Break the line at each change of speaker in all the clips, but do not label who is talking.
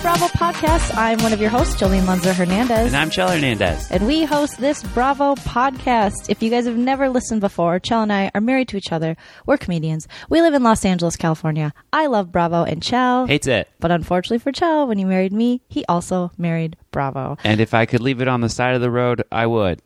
podcast. I'm one of your hosts, Jolene Lunza Hernandez.
And I'm Chell Hernandez.
and we host this Bravo podcast. If you guys have never listened before, Chell and I are married to each other. We're comedians. We live in Los Angeles, California. I love Bravo and Chell.
Hates it.
But unfortunately for Chell, when he married me, he also married Bravo.
And if I could leave it on the side of the road, I would.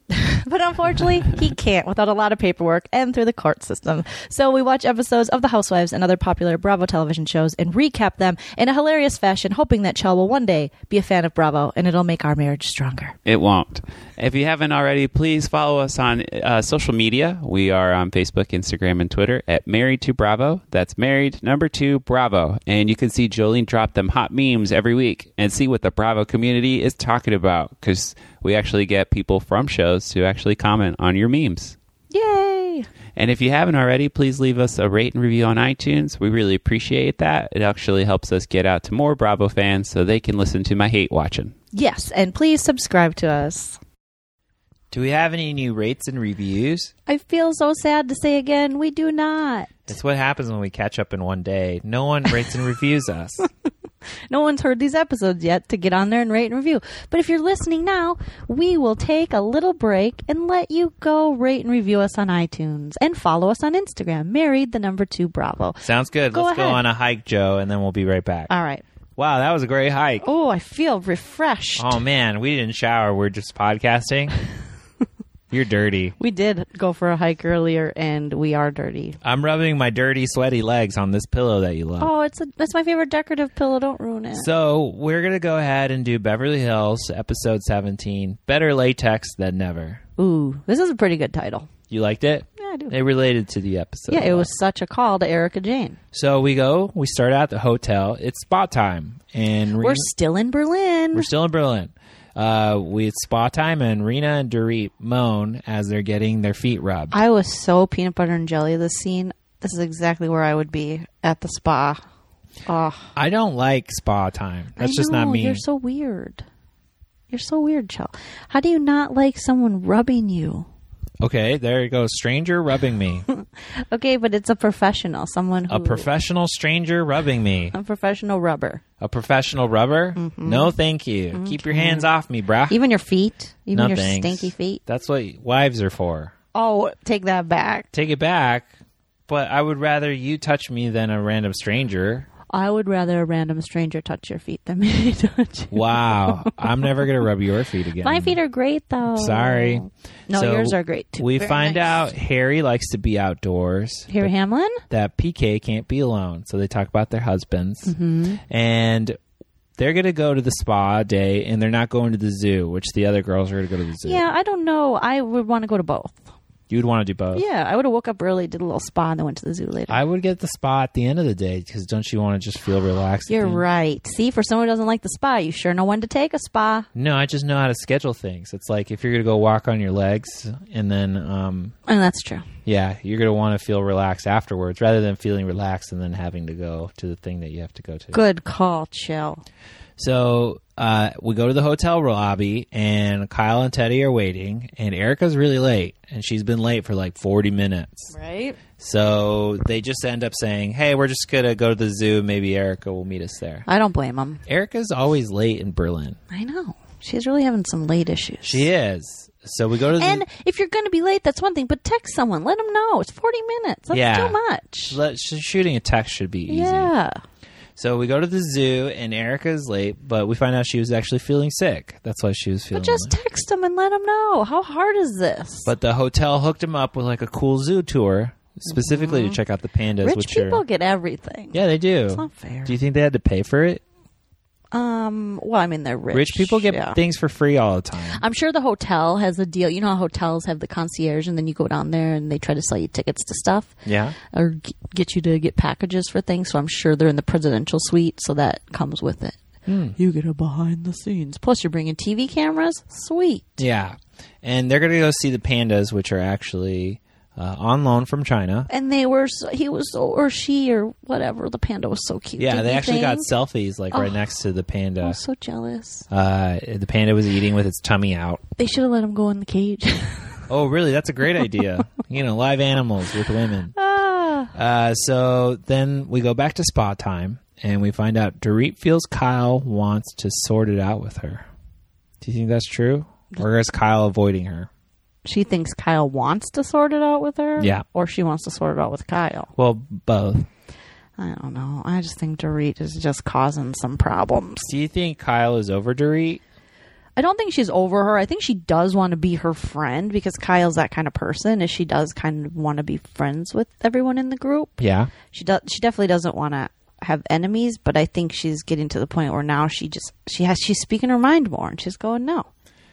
But unfortunately, he can't without a lot of paperwork and through the court system. So we watch episodes of The Housewives and other popular Bravo television shows and recap them in a hilarious fashion, hoping that Chell will one day be a fan of Bravo and it'll make our marriage stronger.
It won't. If you haven't already, please follow us on uh, social media. We are on Facebook, Instagram, and Twitter at Married to Bravo. That's Married Number Two Bravo. And you can see Jolene drop them hot memes every week and see what the Bravo community is talking about because we actually get people from shows to actually comment on your memes.
Yay!
And if you haven't already, please leave us a rate and review on iTunes. We really appreciate that. It actually helps us get out to more Bravo fans so they can listen to my hate watching.
Yes, and please subscribe to us.
Do we have any new rates and reviews?
I feel so sad to say again, we do not.
That's what happens when we catch up in one day. No one rates and reviews us.
No one's heard these episodes yet to get on there and rate and review. But if you're listening now, we will take a little break and let you go rate and review us on iTunes and follow us on Instagram. Married the number two Bravo.
Sounds good.
Go
Let's go
ahead.
on a hike, Joe, and then we'll be right back.
All right.
wow, that was a great hike.
Oh, I feel refreshed.
Oh man, we didn't shower. We're just podcasting. You're dirty.
We did go for a hike earlier and we are dirty.
I'm rubbing my dirty, sweaty legs on this pillow that you love.
Oh, it's a, that's my favorite decorative pillow. Don't ruin it.
So we're gonna go ahead and do Beverly Hills episode 17. Better latex than never.
Ooh, this is a pretty good title.
You liked it?
Yeah, I do.
It related to the episode.
Yeah,
a
it
lot.
was such a call to Erica Jane.
So we go. We start out at the hotel. It's spa time, and Rena,
We're still in Berlin.
we're still in Berlin. Uh, we it's spa time, and Rena and Dorit moan as they're getting their feet rubbed.
I was so peanut butter and jelly this scene. This is exactly where I would be at the spa. Oh,
I don't like spa time. That's
I
just not
know,
me.
You're so weird. You're so weird, Chell. How do you not like someone rubbing you?
okay, there it goes. Stranger rubbing me.
Okay, but it's a professional, someone who
a professional stranger rubbing me.
a professional rubber.
A professional rubber? No, thank you. Keep your hands off me, brah.
Even your feet, even
no,
your
thanks.
stinky feet.
That's what wives are for.
Oh, take that back.
Take it back. But I would rather you touch me than a random stranger.
I would rather a random stranger touch your feet than me touch. you.
Wow. I'm never going to rub your feet again.
My feet are great though.
Sorry.
No,
So
yours are great too.
We
Very
find
nice.
out Harry likes to be outdoors.
Here, Hamlin.
That PK can't be alone. So they talk about their husbands.
Mm-hmm.
And they're going to go to the spa day and they're not going to the zoo, which the other girls are going to go to the zoo.
Yeah, I don't know. I would want to go to both.
You'd want to do both.
Yeah, I would have woke up early, did a little spa, and then went to the zoo later.
I would get the spa at the end of the day because don't you want to just feel relaxed? at
You're
the end?
right. See, for someone who doesn't like the spa, you sure know when to take a spa.
No, I just know how to schedule things. It's like if you're going to go walk on your legs and then, um,
And that's true.
yeah, you're going to want to feel relaxed afterwards rather than feeling relaxed and then having to go to the thing that you have to go to.
Good call, Chill.
So uh, we go to the hotel lobby, and Kyle and Teddy are waiting, and Erica's really late, and she's been late for like 40 minutes.
Right?
So they just end up saying, hey, we're just going to go to the zoo. Maybe Erica will meet us there.
I don't blame him.
Erica's always late in Berlin.
I know. She's really having some late issues.
She is. So we go to the.
And if you're going to be late, that's one thing, but text someone. Let them know. It's 40 minutes. That's
Yeah.
too much.
Let- sh- shooting a text should be easy.
Yeah.
So we go to the zoo, and Erica's late, but we find out she was actually feeling sick. That's why she was feeling.
But just
late.
text them and let them know. How hard is this?
But the hotel hooked him up with like a cool zoo tour, specifically to check out the pandas.
Mm-hmm. Rich
which
people
are,
get everything.
yeah, they do. It's
not fair.
Do you think they had to pay for it?
Um, well, I mean, they're rich.
Rich people get
yeah. Uh,
things for free all the time.
I'm sure the hotel has a deal. You know how hotels have the concierge, and then you go down there and they try to sell you tickets to stuff
Yeah,
or g- get you to get packages for things. So I'm sure they're in the presidential suite, so that comes with it.
Hmm.
You get a behind the scenes. Plus, you're bringing TV cameras. Sweet.
yeah, and they're gonna go see the pandas, which are actually uh, on loan from China.
And they were, so, he was, so, or she, or whatever. The panda was so cute.
Yeah,
Didn't
they
you
actually got
think? Oh.
selfies like right next to the
I
panda.
was so jealous.
Uh, the panda was eating with its tummy out.
They should have let him go in the cage.
Oh, really? That's a great idea. you know, Ah. live animals with women. Uh, so then we go back to spa time, and we find out Dorit feels Kyle wants to sort it out with her. Do you think that's true? Or is Kyle avoiding her?
She thinks Kyle wants to sort it out with her.
Yeah.
Or she wants to sort it out with Kyle.
Well, both.
I don't know. I just think Dorit is just causing some problems.
Do you think Kyle is over Dorit?
I don't think she's over her. I think she does want to be her friend because Kyle's that kind of person. Is she does kind of want to be friends with everyone in the group.
Yeah.
She does. She definitely doesn't want to have enemies, but I think she's getting to the point where now she just she has she's speaking her mind more and she's going, no,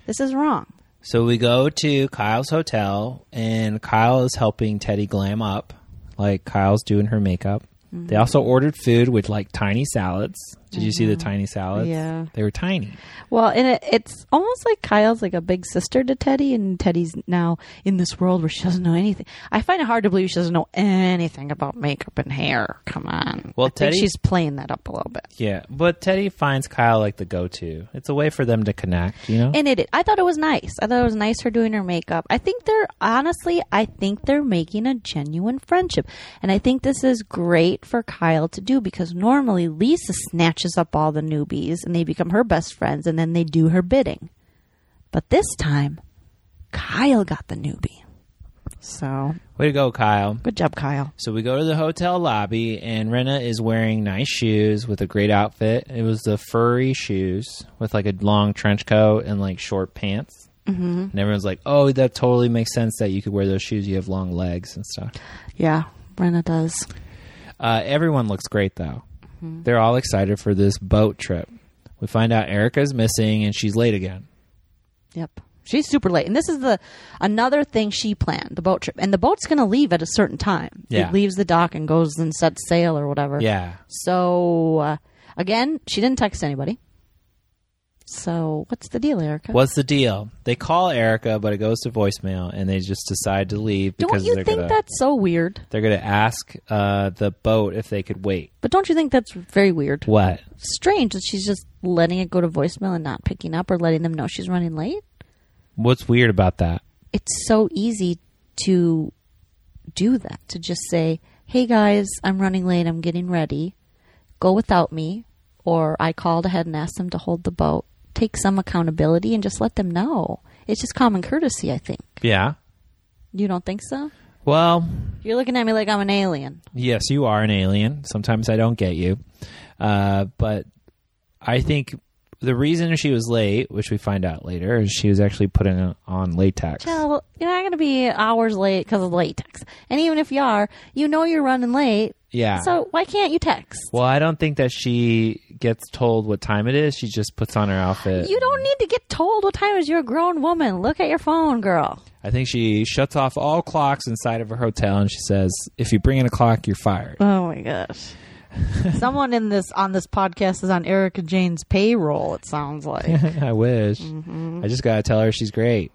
this is wrong.
So we go to Kyle's hotel, and Kyle is helping Teddy glam up, like Kyle's doing her makeup. They
Mm-hmm.
also ordered food with like tiny salads. Did you see the tiny salads?
Mm-hmm. Yeah.
they were tiny.
Well, and it, it's almost like Kyle's like a big sister to Teddy, and Teddy's now in this world where she doesn't know anything. I find it hard to believe she doesn't know anything about makeup and hair. Come on.
Well,
I think
Teddy-
she's playing that up a little bit.
Yeah, but Teddy finds Kyle like the go-to. It's a way for them to connect, you know.
And it, I thought it was nice. I thought it was nice her doing her makeup. I think they're honestly, I think they're making a genuine friendship, and I think this is great for Kyle to do because normally Lisa snatches up all the newbies and they become her best friends, and then they do her bidding. But this time, Kyle got the newbie. So
way to go, Kyle.
good job, Kyle.
So we go to the hotel lobby, and Rena is wearing nice shoes with a great outfit. It was the furry shoes with like a long trench coat and like short pants. Mm-hmm. And everyone's like, "Oh, that totally makes sense that you could wear those shoes. You have long legs and stuff."
Yeah, Brenna does.
Uh, everyone looks great though.
Mm-hmm.
They're all excited for this boat trip. We find out Erica's missing, and she's late again.
Yep. She's super late. And this is the another thing she planned, the boat trip. And the boat's going to leave at a certain time.
Yeah.
It leaves the dock and goes and sets sail or whatever.
Yeah,
So uh, again, she didn't text anybody. So what's the deal, Erica?
What's the deal? They call Erica, but it goes to voicemail, and they just decide to leave
Don't
because
you
they're
think
gonna,
that's so weird?
they're going to ask uh, the boat if they could wait.
But don't you think that's very weird?
What?
Strange that she's just letting it go to voicemail and not picking up or letting them know she's running late.
What's weird about that?
it's so easy to do that to just say hey guys i'm running late i'm getting ready go without me or i called ahead and asked them to hold the boat take some accountability and just let them know it's just common courtesy i think
Yeah.
you don't think so
Well,
you're looking at me like i'm an alien
yes, you are an alien. Sometimes I don't get you, uh, but I think the reason she was late, which we find out later, is she was actually putting on latex.
well you're not going to be hours late because of latex and even if you are you know you're running late
Yeah.
so why can't you text
well, I don't think that she gets told what time it is. She just puts on her outfit.
you don't need to get told what time it is you're a grown woman look at your phone girl
I think she shuts off all clocks inside of her hotel and she says, if you bring in a clock, you're fired.
Oh my gosh. Someone in this on this podcast is on Erica Jane's payroll, it sounds like.
I wish.
Mm-hmm.
I just got to tell her she's great.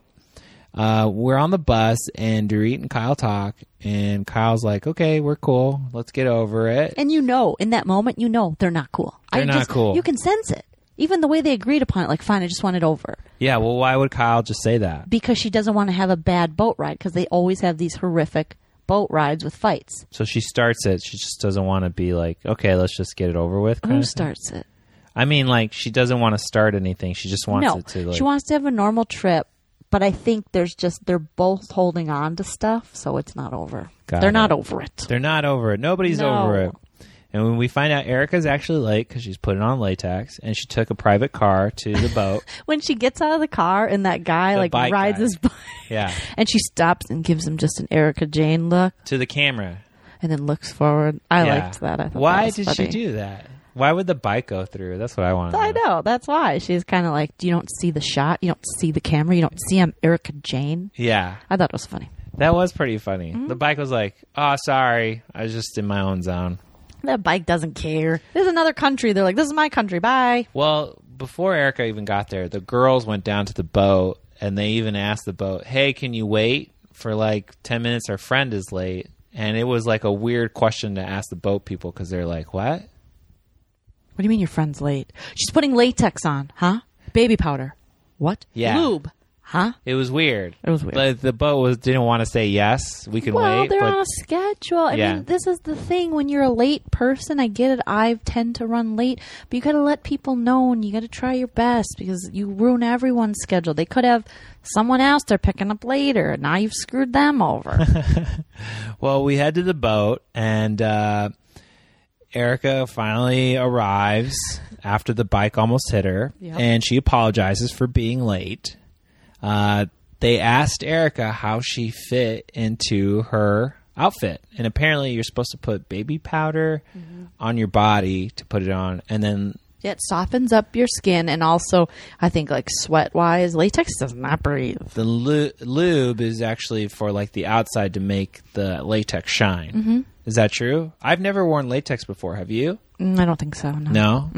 Uh, we're on the bus and Dorit and Kyle talk, and Kyle's like, okay, we're cool. Let's get over it.
and you know, in that moment you know they're not cool.
They're
I
not
just,
cool.
You can sense it. Even the way they agreed upon it, like fine, I just want it over.
yeah, well, why would Kyle just say that?
Because she doesn't want to have a bad boat ride because they always have these horrific boat rides with fights.
So she starts it. She just doesn't want to be like, okay, let's just get it over with. kinda
Who
thing.
starts it?
I mean, like, she doesn't want to start anything. She just wants
no.
it to, like,
she wants to have a normal trip, but I think there's just they're both holding on to stuff, so it's not over.
Got
they're
it.
not over it.
They're not over it. Nobody's
No.
over it. And when we find out Erica's actually late because she's putting on latex and she took a private car to the boat.
when she gets out of the car and that guy
The
like
bike
rides
guy.
his bike
yeah.
and she stops and gives him just an Erica Jane look
To the camera.
and then looks forward. I
Yeah.
liked that. I thought
Why
that was
did
funny.
she do that? Why would the bike go through? That's what I want.
I know. That's why she's kind of like you don't see the shot, you don't see the camera, you don't see I'm Erica Jane.
Yeah.
I thought it was funny.
That was pretty funny.
Mm-hmm.
The bike was like, oh, sorry. I was just in my own zone.
That bike doesn't care. This is another country. They're like, this is my country. Bye.
Well, before Erica even got there, the girls went down to the boat and they even asked the boat, "Hey, can you wait for like 10 minutes? Our friend is late." And it was like a weird question to ask the boat people cuz they're like, "What?"
What do you mean your friend's late? She's putting latex on, huh? Baby powder. What?
Yeah.
Lube. Huh?
It was weird.
It was weird.
But the boat was didn't want to say yes. We can
Well,
wait.
they're
but
on a schedule. I
Yeah.
mean, this is the thing. When you're a late person, I get it. I tend to run late, but you got to let people know and you got to try your best because you ruin everyone's schedule. They could have someone else they're picking up later. and Now you've screwed them over.
Well, we head to the boat, and uh, Erica finally arrives after the bike almost hit her,
Yep.
and she apologizes for being late. Uh, they asked Erica how she fit into her outfit, and apparently, you're supposed to put baby powder on your body to put it on, and then
it softens up your skin and also, I think, like sweat wise, latex does not breathe.
the lu- lube is actually for like the outside to make the latex shine. Is that true? I've never worn latex before. Have you?
Mm, I don't think so. No.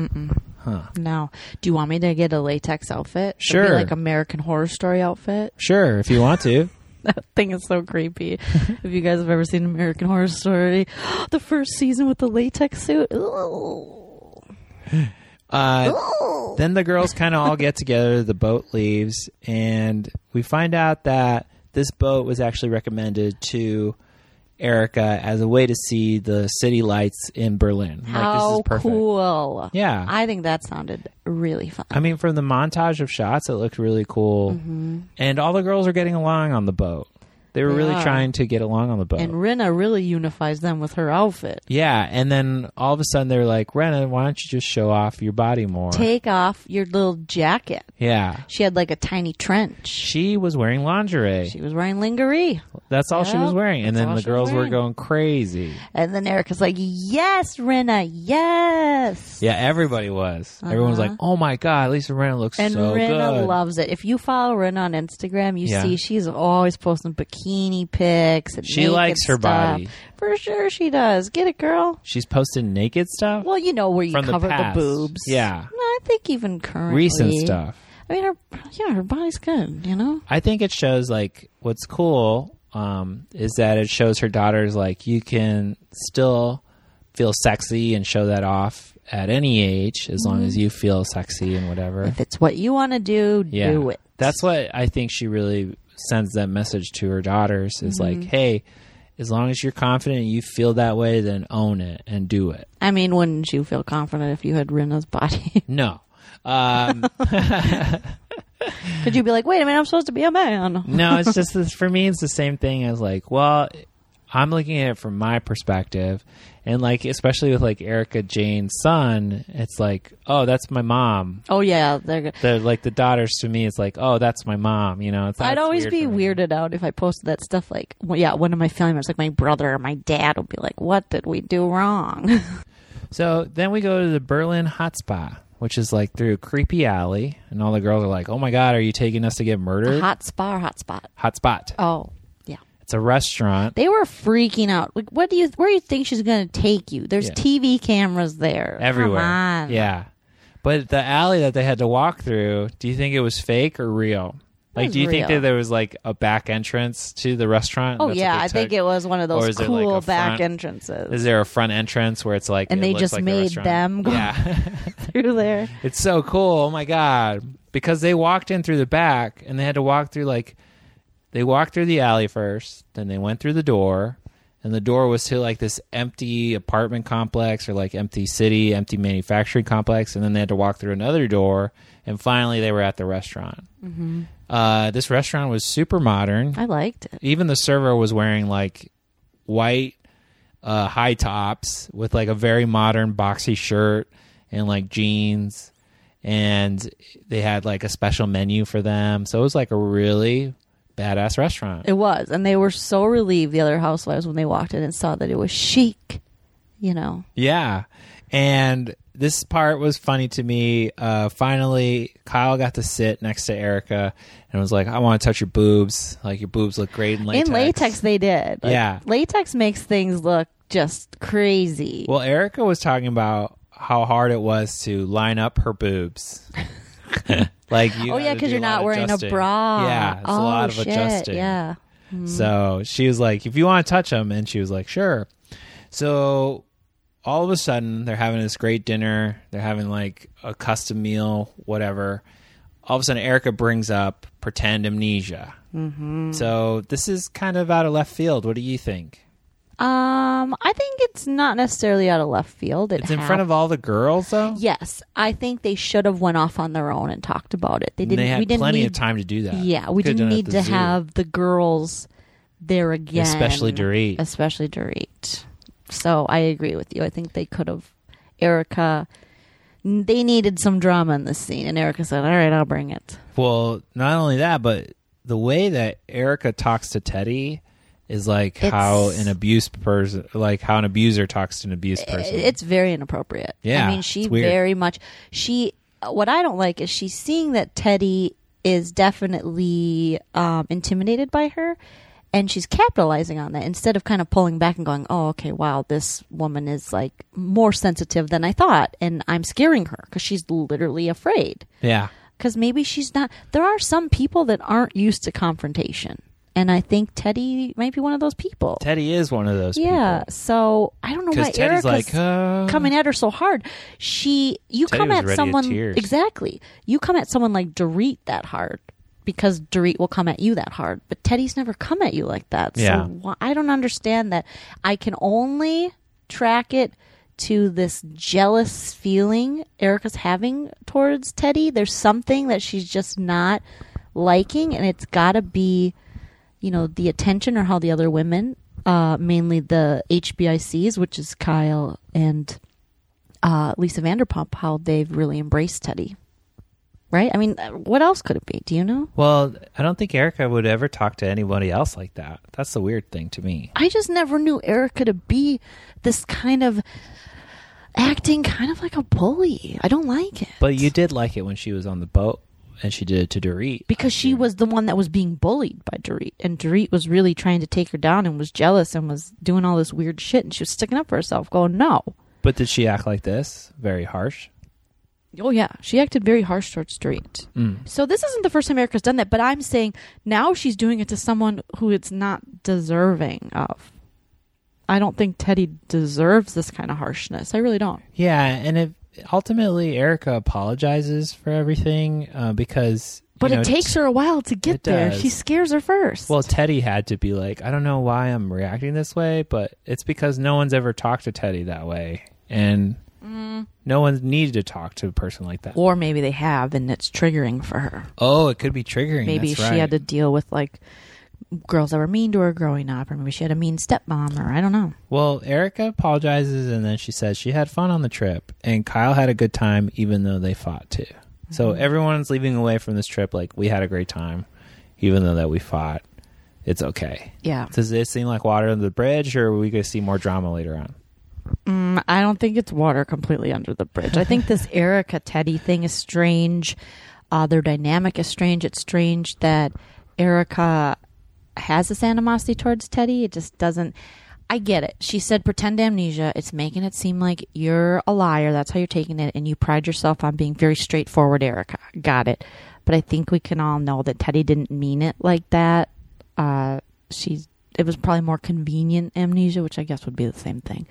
No.
No. Do you want me to get a latex outfit? It'll be
Sure.
like American Horror Story outfit.
Sure, if you want to.
That thing is so creepy. if you guys have ever seen American Horror Story, the first season with the latex suit. Ooh.
Uh, then the girls kind of all get together. The boat leaves, and we find out that this boat was actually recommended to Erica as a way to see the city lights in Berlin. I'm like, this
How
is perfect.
cool.
Yeah.
I think that sounded really fun.
I mean, from the montage of shots, it looked really cool. And all the girls are getting along on the boat. They were
Mm-hmm. They
really
are.
trying to get along on the boat.
and Rinna really unifies them with her outfit.
yeah, and then all of a sudden they're like, Renna, why don't you just show off your body more?
Take off your little jacket.
yeah.
She had like a tiny trench.
She was wearing lingerie.
She was wearing lingerie.
That's all she
Yep,
was wearing. And
that's
then
all
the
she was
girls were
wearing.
going crazy.
And then Erica's like, Yes, Rinna, yes.
Yeah, everybody was. Everyone was like, oh my God, Lisa Renna looks
Uh-huh. And
so
Rinna
good.
loves it. If you follow Rinna on Instagram, you
Yeah.
see she's always posting bikini pics. And
She
naked
likes her
stuff.
body.
for sure. She does. Get it, girl.
She's posting naked stuff
Well, you know where you
from
cover
the
the,
past.
boobs.
Yeah.
No, I think even currently
Recent stuff.
I mean, her yeah, her body's good. You know,
I think it shows like what's cool um, is that it shows her daughters like you can still feel sexy and show that off at any age as long
Mm-hmm.
as you feel sexy and whatever.
if it's what you want to do,
Yeah,
do it.
that's what I think she really sends that message to her daughters is
Mm-hmm.
like, hey, as long as you're confident and you feel that way, then own it and do it.
I mean, wouldn't you feel confident if you had Rinna's body?
No. Um,
Could you be like, wait a minute, I'm supposed to be a man?
no, it's just this, for me. It's the same thing as like, well, I'm looking at it from my perspective, and like, especially with like Erica Jane's son, it's like, oh, that's my mom.
Oh yeah, they're good.
The like the daughters to me, it's like, oh, that's my mom. You know, it's
I'd
that's
always
weird
be
for me.
weirded out if I posted that stuff. Like, well, yeah, one of my family members, like my brother or my dad, would be like, "What did we do wrong?"
So then we go to the Berlin hot spa, which is like through a creepy alley, and all the girls are like, oh my god, are you taking us to get murdered?
hot spa or hot spot?
hot spot.
Oh, yeah.
It's a restaurant.
They were freaking out. Like, what do you? Where do you think she's going to take you? There's
Yeah.
TV cameras there
everywhere.
Come on.
Yeah. But the alley that they had to walk through, do you think it was fake or real? Like,
was
do you think
real.
that there was like a back entrance to the restaurant?
Oh yeah, I think it was one of
Or
those
is it like
cool
a
back
front-
entrances
Is there a front entrance where it's like,
And
it
they
looks
just
like a
made
restaurant?
them go-
Yeah,
through there.
it's so cool. Oh my god, because they walked in through the back and they had to walk through like, they walked through the alley first, then they went through the door, and the door was to like this empty apartment complex or like empty city, empty manufacturing complex, and then they had to walk through another door, and finally they were at the restaurant. Uh, this restaurant was super modern.
I liked it.
Even the server was wearing like white uh, high tops with like a very modern boxy shirt and like jeans. And they had like a special menu for them. So it was like a really badass restaurant.
It was, and they were so relieved. The other housewives when they walked in and saw that it was chic. You know,
Yeah. And this part was funny to me. Uh, finally, Kyle got to sit next to Erica and was like, I want to touch your boobs. Like, your boobs look great in latex.
in latex they did. Like,
Yeah.
latex makes things look just crazy.
Well, Erica was talking about how hard it was to line up her boobs. like, you
Oh, yeah,
because
because you're not wearing a bra.
Yeah, it's
oh,
a lot of
shit,
adjusting.
Yeah.
So she was like, if you want to touch them. And she was like, sure. So all of a sudden, they're having this great dinner. They're having like a custom meal, whatever. all of a sudden Erica brings up pretend amnesia. Mm-hmm. So this is kind of out of left field. What do you think?
Um, I think it's not necessarily out of left field. It
It's in
hap-
front of all the girls, though.
Yes, I think they should have went off on their own and talked about it. They
And
didn't.
they
we
had
didn't
plenty
need,
of time to do that.
Yeah, we
Could've
didn't
done it at
need
the
to
zoo.
have the girls there again,
Especially Dorit.
Especially Dorit. So I agree with you. I think they could have Erica. They needed some drama in this scene, and Erica said, "All right, I'll bring it."
Well, not only that, but the way that Erica talks to Teddy is like
It's-
how an abused person, like how an abuser talks to an abused person.
It's very inappropriate.
Yeah,
I mean, she
it's weird.
very much she. What I don't like is she's seeing that Teddy is definitely um, intimidated by her, and she's capitalizing on that instead of kind of pulling back and going, "Oh, okay, wow, this woman is like more sensitive than I thought, and I'm scaring her because she's literally afraid."
yeah,
because maybe she's not. There are some people that aren't used to confrontation, and I think Teddy might be one of those people.
Teddy is one of those.
Yeah, so I don't know
'Cause
why
Teddy's
Erica's
like, uh,
coming at her so hard. She, you
Teddy
come
was
at
ready to
someone
tears.
exactly. You come at someone like Dorit that hard because Dorit will come at you that hard, but Teddy's never come at you like that.
Yeah.
So why, I don't understand that. I can only track it to this jealous feeling Erica's having towards Teddy. There's something that she's just not liking, and it's got to be you know the attention or how the other women uh mainly the hbics which is kyle and uh lisa vanderpump how they've really embraced teddy right i mean uh, what else could it be do you know
Well, I don't think Erica would ever talk to anybody else like that. That's the weird thing to me.
i just never knew erica to be this kind of acting kind of like a bully i don't like it
But you did like it when she was on the boat and she did it to Dorit.
because she was the one that was being bullied by Dorit, and Dorit was really trying to take her down and was jealous and was doing all this weird shit, and she was sticking up for herself, going, "No,
But did she act like this? Very harsh.
Oh yeah, she acted very harsh towards Dorit.
Mm.
So this isn't the first time Erica's done that, but I'm saying now she's doing it to someone who it's not deserving of. I don't think Teddy deserves this kind of harshness. I really don't.
Yeah, and if ultimately Erica apologizes for everything uh, because you
But
know,
it takes her a while to
it
get there.
does.
She scares her first.
Well, Teddy had to be like, I don't know why I'm reacting this way, but it's because no one's ever talked to Teddy that way, and no one's needed to talk to a person like that.
Mm. or maybe they have, and it's triggering for her.
oh, it could be triggering.
Maybe
That's
she
right.
had to deal with like girls that were mean to her growing up, or maybe she had a mean stepmom, or I don't know.
Well, Erica apologizes and then she says she had fun on the trip and Kyle had a good time even though they fought too. So everyone's leaving away from this trip like we had a great time even though that we fought. It's okay.
Yeah,
Does this seem like water under the bridge or are we going to see more drama later on?
Mm, I don't think it's water completely under the bridge. I think this Erica Teddy thing is strange. Uh, their dynamic is strange. It's strange that Erica has this animosity towards Teddy. It just doesn't. I get it. She said pretend amnesia. It's making it seem like you're a liar. That's how you're taking it. And you pride yourself on being very straightforward, Erica. Got it. But I think we can all know that Teddy didn't mean it like that. Uh, she's. It was probably more convenient amnesia, which I guess would be the same thing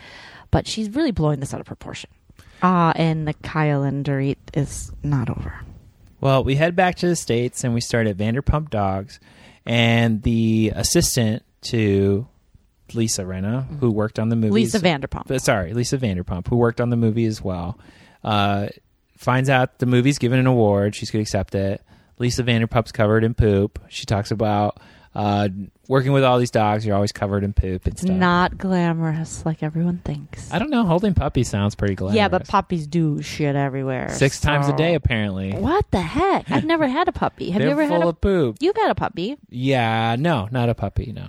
but she's really blowing this out of proportion. Ah, and the Kyle and Dorit is not over.
Well, we head back to the States and we start at Vanderpump Dogs and the assistant to Lisa Renna, who worked on the movie.
Lisa Vanderpump.
but uh, sorry, Lisa Vanderpump, who worked on the movie as well, uh, finds out the movie's given an award. She's going to accept it. Lisa Vanderpump's covered in poop. She talks about uh, working with all these dogs. You're always covered in poop. and
It's
stuff.
not glamorous like everyone thinks.
I don't know. Holding puppies sounds pretty glamorous.
Yeah, but puppies do shit everywhere.
six times a
so-
day apparently.
What the heck? I've never had a puppy. Have
They're
you ever
full
had a?
of poop.
You've had a puppy.
Yeah, no, not a puppy. No.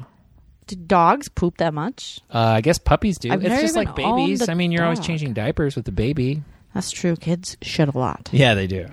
Do dogs poop that much?
Uh, I guess puppies do.
I've
it's
never
just
even
like babies.
owned a
I mean, you're always
dog.
changing diapers with the baby.
That's true. Kids shit a lot.
Yeah, they do.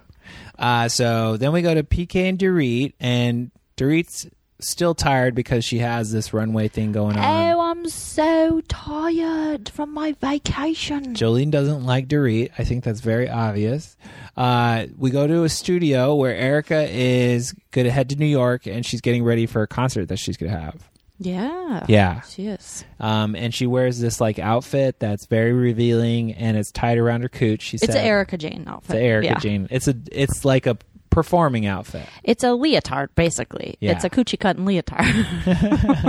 Uh, so then we go to PK and Dorit, and Dorit's still tired because she has this runway thing going on.
Oh, I'm so tired from my vacation.
Jolene doesn't like Dorit. I think that's very obvious. Uh, we go to a studio where Erica is going to head to New York, and she's getting ready for a concert that she's going to have.
Yeah.
Yeah.
She is.
Um, and she wears this like outfit that's very revealing, and it's tied around her cooch. She
It's
said,
an Erica Jane outfit.
It's Erica
yeah.
Jane. It's a it's like a performing outfit.
It's a leotard, basically.
Yeah.
It's a coochie cutting leotard.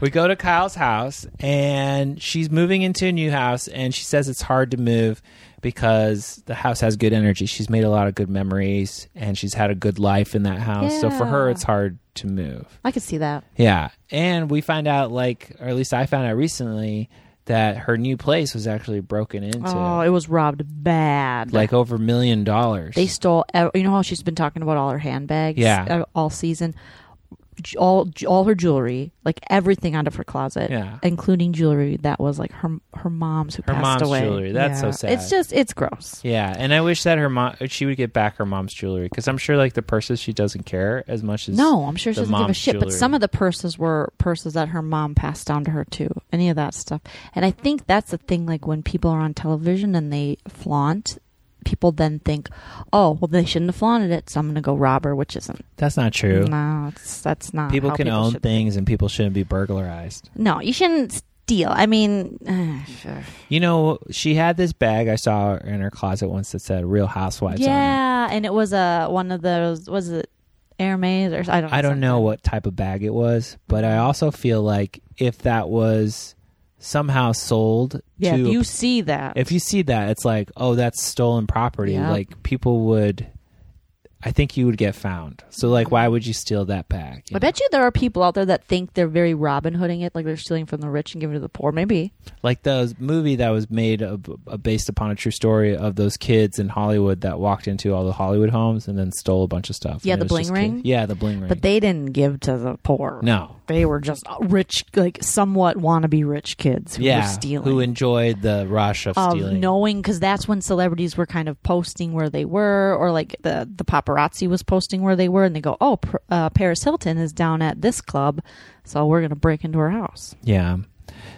We go to Kyle's house and she's moving into a new house and she says it's hard to move because the house has good energy. She's made a lot of good memories and she's had a good life in that house. So for her
Yeah.
it's hard to move.
I could see that.
Yeah. And we find out like or at least I found out recently that her new place was actually broken into.
Oh, it was robbed bad.
like over a million dollars.
they stole. ev- You know how she's been talking about all her handbags,
Yeah.
uh, all season, J- all j- all her jewelry, like everything out of her closet,
Yeah.
including jewelry that was like her her mom's who
Her
passed
mom's
away.
jewelry. That's so sad.
It's just it's gross.
yeah, and I wish that her mom she would get back her mom's jewelry because I'm sure like the purses she doesn't care as much as
No, I'm sure she
the
doesn't give a
mom's
shit. But
jewelry.
some of the purses were purses that her mom passed down to her too. Any of that stuff, and I think that's the thing. Like when people are on television and they flaunt, people then think, "Oh, well, they shouldn't have flaunted it, so I'm going to go rob her," which isn't.
that's not true.
No, it's, that's not.
people
how
can own
should-
things and people shouldn't be burglarized.
No, you shouldn't steal. I mean, uh, sure.
You know, she had this bag I saw in her closet once that said Real Housewives on it.
yeah, and it was a one of those. Was it Hermes or I don't? Know,
I don't
something.
know what type of bag it was, but I also feel like if that was somehow sold
Yeah,
to
if
a
you see that,
if you see that, it's like, oh, that's stolen property.
Yeah.
Like people would, I think you would get found. So like, why would you steal that bag?
I bet you there are people out there that think they're very Robin Hooding it, like they're stealing from the rich and giving to the poor. Maybe.
Like the movie that was made of, uh, based upon a true story of those kids in Hollywood that walked into all the Hollywood homes and then stole a bunch of stuff.
Yeah,
And it
the
was just
bling ring?
kids- Yeah, the bling ring.
But they didn't give to the poor.
no,
They were just rich, like somewhat wannabe rich kids who
yeah,
were stealing. Oh,
who enjoyed the rush of,
of
stealing?
knowing because that's when celebrities were kind of posting where they were or like the the paparazzi was posting where they were and they go oh Pr- uh, paris hilton is down at this club so we're gonna break into her house
Yeah.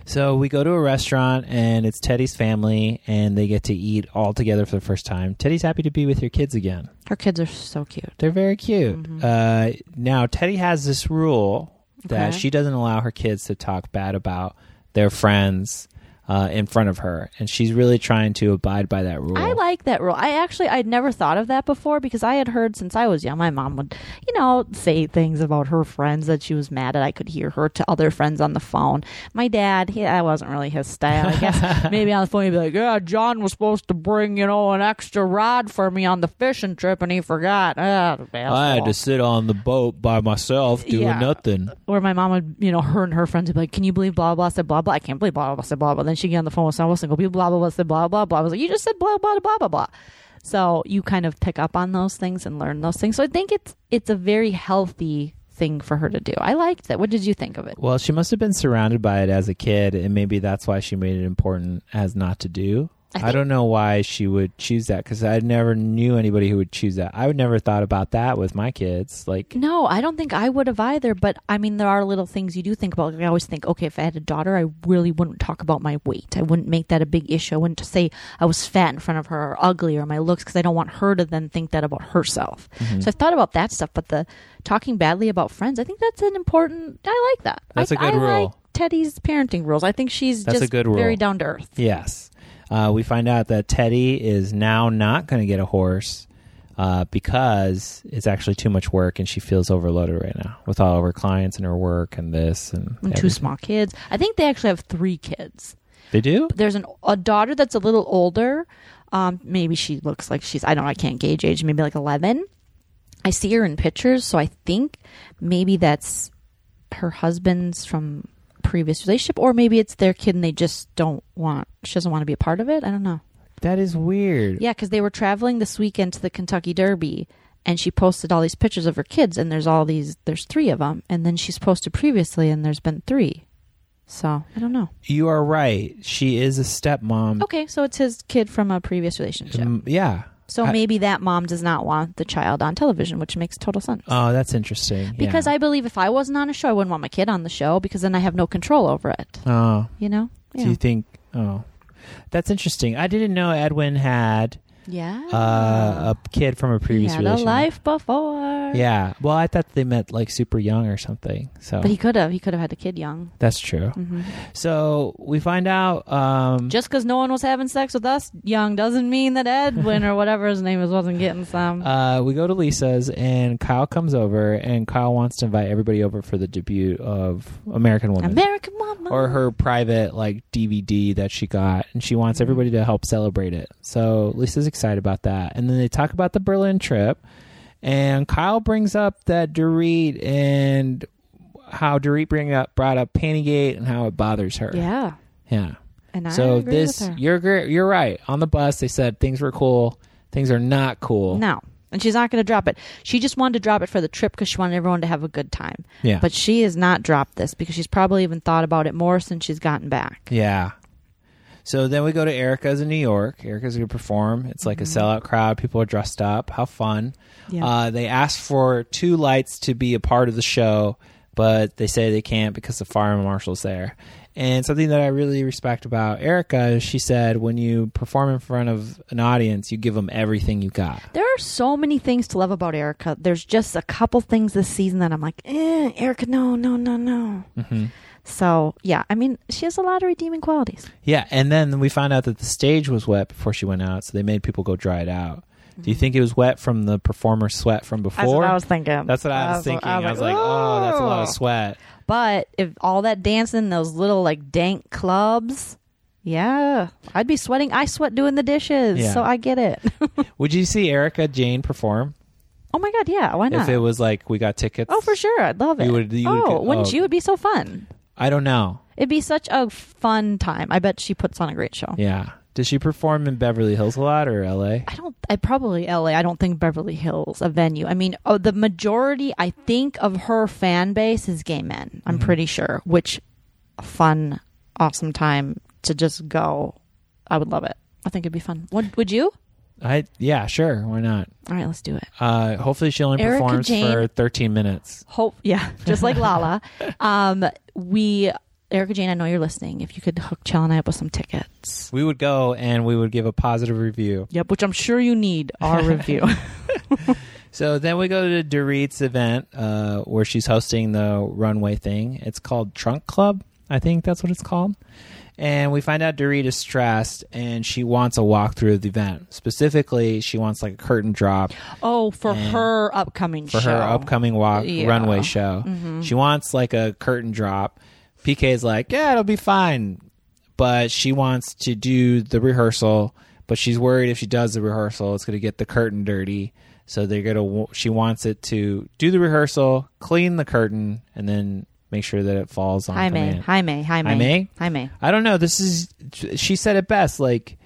So we go to a restaurant and it's Teddy's family and they get to eat all together for the first time. Teddy's happy to be with your kids again.
her kids are so cute
They're very cute.
Mm-hmm.
Uh, now, Teddy has this rule that
Okay.
she doesn't allow her kids to talk bad about their friends uh, in front of her, and she's really trying to abide by that rule.
I like that rule. I actually I'd never thought of that before because I had heard since I was young my mom would, you know, say things about her friends that she was mad at. I could hear her to other friends on the phone. My dad, he, that wasn't really his style. I guess maybe on the phone he'd be like, "Yeah, John was supposed to bring you know an extra rod for me on the fishing trip and he forgot." Ah, the
I had
asshole."
to sit on the boat by myself doing
Yeah.
nothing.
Or my mom would, you know, her and her friends would be like, "Can you believe blah blah said blah blah? I can't believe blah blah said blah blah." Then she'd get on the phone with someone else and go, "Blah blah blah said blah blah blah." I was like, "You just said blah blah blah blah blah." So you kind of pick up on those things and learn those things. So I think it's it's a very healthy thing for her to do. I liked that. What did you think of it?
Well, she must have been surrounded by it as a kid, and maybe that's why she made it important as not to do.
I
I,
think-
don't know why she would choose that because I never knew anybody who would choose that. I would never thought about that with my kids. Like,
No, I don't think I would have either. But I mean, there are little things you do think about. Like I always think, okay, if I had a daughter, I really wouldn't talk about my weight. I wouldn't make that a big issue. I wouldn't just say I was fat in front of her or ugly or my looks because I don't want her to then think that about herself. So I thought about that stuff. But the talking badly about friends, I think that's an important. I like that.
That's
a
a good rule.
Teddy's parenting rules. I think she's
That's
just
a good rule.
very down to earth.
Yes. Uh, we find out that Teddy is now not going to get a horse uh, because it's actually too much work and she feels overloaded right now with all of her clients and her work and this and,
And two
everything.
small kids. I think they actually have three kids.
They do?
there's an, a daughter that's a little older. Um, maybe she looks like she's I don't know, I can't gauge age, maybe like 11. I see her in pictures, so I think maybe that's her husband's from previous relationship or maybe it's their kid and they just don't want she doesn't want to be a part of it. I don't know.
That is weird.
Yeah, cuz they were traveling this weekend to the Kentucky Derby and she posted all these pictures of her kids and there's all these there's 3 of them and then she's posted previously and there's been 3. So, I don't know.
You are right. She is a stepmom.
Okay, so it's his kid from a previous relationship.
Mm, yeah.
So
I-
maybe that mom does not want the child on television, which makes total sense.
Oh, that's interesting.
because I believe if I wasn't on a show, I wouldn't want my kid on the show because then I have no control over it.
I. Oh.
You know?
Do
Yeah.
you think? Oh, that's interesting. I didn't know Edwin had
Yeah.
uh, a kid from a
Ah. he
previous
had a
relationship.
life before.
Yeah. Well, I thought they meant like super young or something. So
But he could have. He could have had a kid young. Mm-hmm.
that's true. So we find out. Um,
Just because no one was having sex with us young doesn't mean that Edwin or whatever his name is wasn't getting some.
uh, we go to Lisa's and Kyle comes over and Kyle wants to invite everybody over for the debut of American Woman
American Mama.
or her private like DVD that she got and she wants everybody to help celebrate it. So Lisa's excited about that. And then they talk about the Berlin trip and Kyle brings up that Dorit and how Dorit bring up brought up Pantygate and how it bothers her.
Yeah.
Yeah.
And I
so
agree
this
with her.
you're gr- you're right. On the bus they said things were cool, things are not cool.
No. And she's not going to drop it. She just wanted to drop it for the trip because she wanted everyone to have a good time.
Yeah.
But she has not dropped this because she's probably even thought about it more since she's gotten back.
Yeah. So then we go to Erica's in New York. Erica's going to perform. It's like a sellout crowd. People are dressed up. How fun.
Mm-hmm. Yeah.
Uh, they asked for two lights to be a part of the show, but they say they can't because the fire marshal's there. And something that I really respect about Erica is she said, when you perform in front of an audience, you give them everything you got.
There are so many things to love about Erica. There's just a couple things this season that I'm like, eh, Erica, no, no, no, no.
Mm-hmm.
So, yeah, I mean, she has a lot of redeeming qualities.
Yeah. And then we found out that the stage was wet before she went out, so they made people go dry it out. Do you think it was wet from the performer's sweat from before?
Mm-hmm. That's what I was thinking.
That's what I was, thinking. I was, like, oh, that's a lot of
"Ooh."
sweat.
But if all that dancing, those little like dank clubs, yeah, I'd be sweating. I sweat doing the dishes,
Yeah.
so I get it.
Would you see Erica Jane perform
oh my god, yeah, why not?
if it was like we got tickets?
oh, for sure, I'd love it.
You would- you would
oh,
get-
wouldn't
oh.
you? It'd be so fun.
I don't know.
It'd be such a fun time. I bet she puts on a great show.
Yeah. Does she perform in Beverly Hills a lot or L.A.?
I don't. I probably LA. I don't think Beverly Hills a venue. I mean, oh, the majority I think of her fan base is gay men. I'm pretty sure. Which fun, awesome time to just go. I would love it. I think it'd be fun. Would Would you?
I yeah, sure. Why not?
All right, let's do it.
Uh, hopefully, she only
Erica
performs
Jane-
for 13 minutes.
Hope, yeah, just like Lala. Um, we, Erica Jane, I know you're listening. If you could hook Chell and I up with some tickets,
We would go and we would give a positive review.
yep, which I'm sure you need our review.
So then we go to Dorit's event uh, where she's hosting the runway thing. It's called Trunk Club. I think that's what it's called. And we find out Dorit is stressed and she wants a walkthrough of the event. Specifically, she wants like a curtain drop
oh, for
And
her upcoming
for
show.
her upcoming walk
Yeah. Mm-hmm.
runway show. She wants like a curtain drop. PK's like, yeah, it'll be fine. But she wants to do the rehearsal, but she's worried if she does the rehearsal, it's going to get the curtain dirty. So they're going to, she wants it to do the rehearsal, clean the curtain, and then make sure that it falls on
Hi May.
command.
Hi May. Hi May.
Jaime?
Hi May.
I don't know. This is she said it best. Like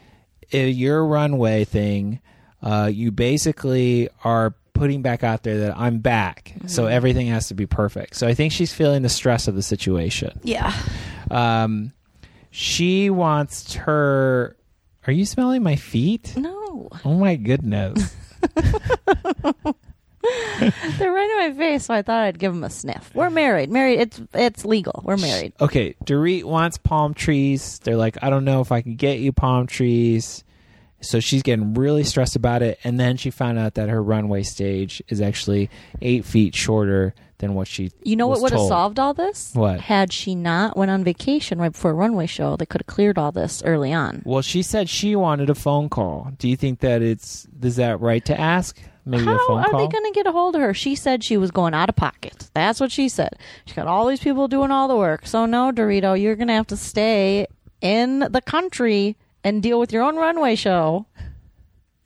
uh, your runway thing, uh, you basically are putting back out there that I'm back, so everything has to be perfect. So I think she's feeling the stress of the situation.
Yeah.
Um, she wants her. Are you smelling my feet?
No.
Oh my goodness!
They're right in my face, so I thought I'd give them a sniff. We're married. Married. It's it's legal. We're married.
okay, Dorit wants palm trees. They're like, I don't know if I can get you palm trees. So she's getting really stressed about it. And then she found out that her runway stage is actually eight feet shorter than what she
You know what
was
would have
told.
solved all this?
What?
Had she not went on vacation right before a runway show, they could have cleared all this early on.
Well, she said she wanted a phone call. Do you think that it's is that right to ask? Maybe a
How
phone
are
call.
they going to get a hold of her? She said she was going out of pocket. That's what she said. She got all these people doing all the work. So no, Dorito, you're going to have to stay in the country and deal with your own runway show.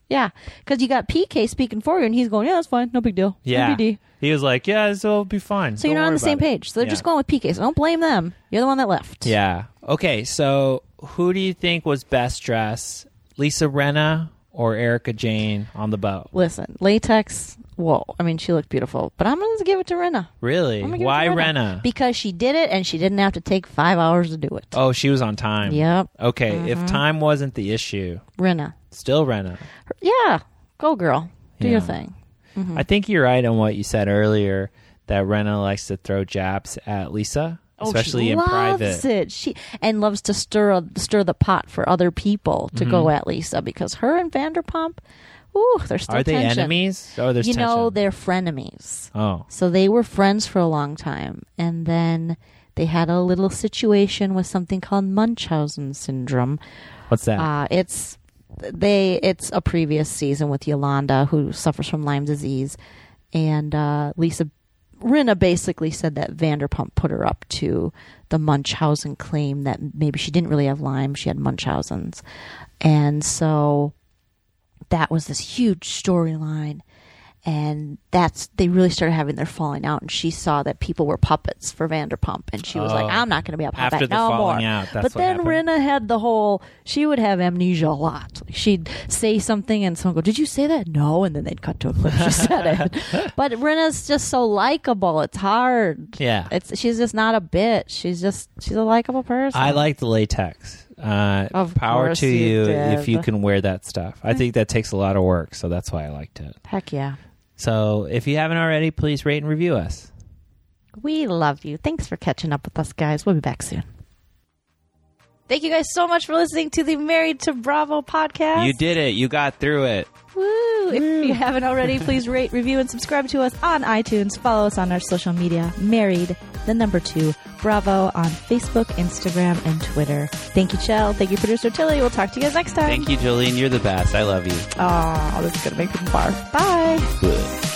Yeah, because you got PK speaking for you, and he's going, "Yeah, that's fine, no big deal,
yeah.
NBD."
He was like, yeah, this will be fine.
So you're not on the same page. So they're
Yeah.
just going with PK. So don't blame them. You're the one that left.
Yeah. Okay, so who do you think was best dressed? Lisa Renna or Erica Jane on the boat?
Listen, latex. Whoa, I mean, she looked beautiful, but I'm going to give it to Renna.
Really?
I'm gonna give it
Why
to
Renna?
Because she did it, and she didn't have to take five hours to do it.
oh, she was on time.
Yep. Mm-hmm.
Okay, if time wasn't the issue,
Renna.
still Renna.
Yeah, go girl. Do
Yeah.
your thing. Mm-hmm.
I think you're right on what you said earlier that Renna likes to throw jabs at Lisa.
Oh,
especially
she
in
loves
private.
it.
She and loves to stir stir the pot for other people to go
Mm-hmm.
at Lisa because her and Vanderpump, ooh, they're still
Are they
tension.
enemies? Oh, there's
you
tension.
know they're frenemies.
oh,
So they were friends for a long time, and then they had a little situation with something called Munchausen syndrome.
what's that?
Uh, it's they. It's a previous season with Yolanda who suffers from Lyme disease, and uh, Lisa Rinna basically said that Vanderpump put her up to the Munchausen claim that maybe she didn't really have Lyme, she had Munchausen's, and so that was this huge storyline. And that's they really started having their falling out, and she saw that people were puppets for Vanderpump, and she was like, "I'm not going to be a puppet
Oh. After the
no
falling
more."
out, that's
but
what
then
happened.
Jenna had the whole she would have amnesia a lot. She'd say something and someone would go, Did you say that? No, and then they'd cut to a clip she said it. But Rena's just so likable, it's hard.
Yeah.
It's she's just not a bitch. She's just she's a likable person.
I like the latex. Uh,
Of
power
course
to
you
you
did.
if you can wear that stuff. I think that takes a lot of work, so that's why I liked it.
Heck yeah.
So if you haven't already, please rate and review us.
We love you. Thanks for catching up with us guys. We'll be back soon. Thank you guys so much for listening to the Married to Bravo podcast.
You did it. You got through it.
Woo! If you haven't already, please rate, review, and subscribe to us on iTunes. Follow us on our social media, Married, the number two, Bravo, on Facebook, Instagram, and Twitter. Thank you, Chell. Thank you, producer Tilly. We'll talk to you guys next time.
Thank you, Jolene. You're the best. I love you.
Oh, this is going to make me barf. Bye.
Good.